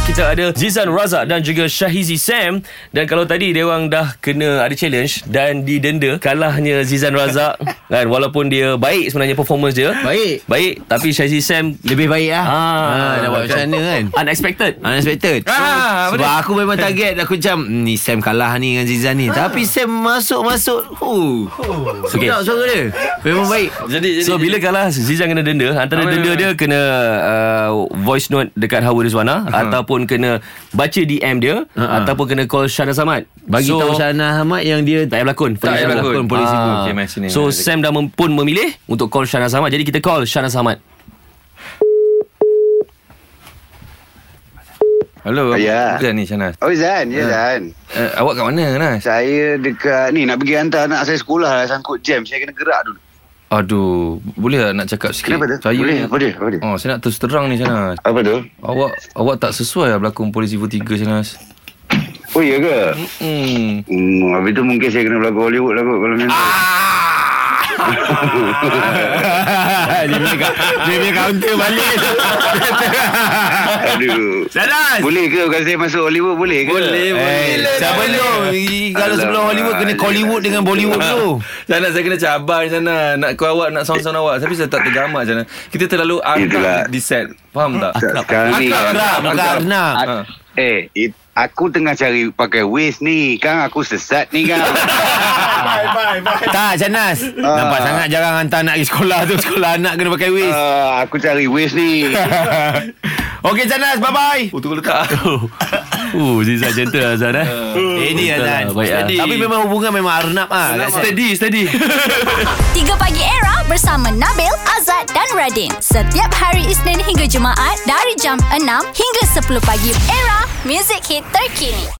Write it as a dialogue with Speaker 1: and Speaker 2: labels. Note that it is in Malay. Speaker 1: kita ada Zizan Razak dan juga Shahizi Sam dan kalau tadi dia orang dah kena ada challenge dan didenda kalahnya Zizan Razak kan walaupun dia baik sebenarnya performance dia
Speaker 2: Baik.
Speaker 1: baik tapi Shahizi Sam
Speaker 2: Lebih baik lah
Speaker 1: Ah,
Speaker 2: dah buat macam mana kan
Speaker 1: unexpected
Speaker 2: Unexpected so,
Speaker 1: Ah,
Speaker 2: Sebab
Speaker 1: betul.
Speaker 2: aku memang target Aku macam "Hmm, Ni Sam kalah ni dengan Zizan ni Tapi Sam masuk-masuk Oh,
Speaker 1: Okay.
Speaker 2: Sedap suara dia Memang baik
Speaker 1: jadi, so bila kalah Zizan kena denda Antara denda dia Kena uh, Voice note Dekat Hawa Rizwana Ataupun kena Baca DM dia Ataupun kena call Syahna Samad
Speaker 2: Bagi
Speaker 1: So,
Speaker 2: tahu Syahana Ahmad Yang dia
Speaker 1: Tak payah berlakon
Speaker 2: Tak payah berlakon,
Speaker 1: Polis
Speaker 2: polis
Speaker 1: ah.
Speaker 2: ibu.
Speaker 1: Okay,
Speaker 2: Okay,
Speaker 1: sini. So Sam dah mem- pun memilih Untuk call Syahna Samad Jadi kita call Syahna Samad
Speaker 3: Hello,
Speaker 4: Ya.
Speaker 3: Zan ni Shanas.
Speaker 4: Oh Zan, ya Zan.
Speaker 2: Eh,
Speaker 3: Uh, awak kat mana Shanas?
Speaker 4: Saya dekat ni nak pergi hantar anak saya sekolah lah sangkut jam. Saya kena gerak dulu.
Speaker 3: Aduh, boleh tak nak cakap sikit?
Speaker 4: Kenapa tu?
Speaker 3: Saya
Speaker 4: Boleh, apa dia? Apa dia?
Speaker 3: Oh, saya nak terus terang ni Shanas.
Speaker 4: Apa tu?
Speaker 3: Awak awak tak sesuai lah berlakon Polisi Ibu 3 Shanas.
Speaker 4: Oh iya ke?
Speaker 3: Hmm.
Speaker 4: Hmm, habis tu mungkin saya kena berlaku Hollywood lah kot kalau macam tu.
Speaker 2: Eh, dia, punya, ka- dia punya counter balik
Speaker 3: Ah!
Speaker 4: Aduh.
Speaker 2: Syahnas
Speaker 4: Boleh ke kalau saya masuk Hollywood boleh ke?
Speaker 3: Boleh,
Speaker 2: Eh,
Speaker 3: boleh.
Speaker 2: siapa
Speaker 3: Boleh.
Speaker 2: lu? Kalau sebelum
Speaker 4: Alamak,
Speaker 2: Hollywood Kena
Speaker 4: dia-
Speaker 2: Hollywood dengan Bollywood dulu
Speaker 3: Shanas, saya kena cabar sana. Nak kau awak, nak sound-sound awak. Tapi saya tak tergamak Shanas. Kita terlalu
Speaker 4: Itulah.
Speaker 3: akrab di set. Faham tak?
Speaker 4: Tak, Sekarang ni kan.
Speaker 2: Bukan Arnab
Speaker 4: A- Eh, it, aku tengah cari pakai Waze ni. Kang aku sesat ni Kang.
Speaker 2: Tak Syahnas Nampak sangat jarang Hantar anak pergi sekolah tu Sekolah anak kena pakai waist
Speaker 4: Ah, aku cari Waze ni.
Speaker 2: Okey Zanas bye bye.
Speaker 3: Oh, tunggu letak.
Speaker 1: Uh, Zizan gentle
Speaker 3: lah,
Speaker 1: Azan eh
Speaker 2: Eh ni
Speaker 1: betul
Speaker 2: Azan.
Speaker 1: lah, baik lah.
Speaker 2: Tapi memang hubungan memang Arnab ah.
Speaker 1: Steady, steady
Speaker 5: 3 Pagi Era bersama Nabil, Azad dan Radin. Setiap hari Isnin hingga Jumaat dari jam 6 hingga 10 pagi. Era, music hit terkini.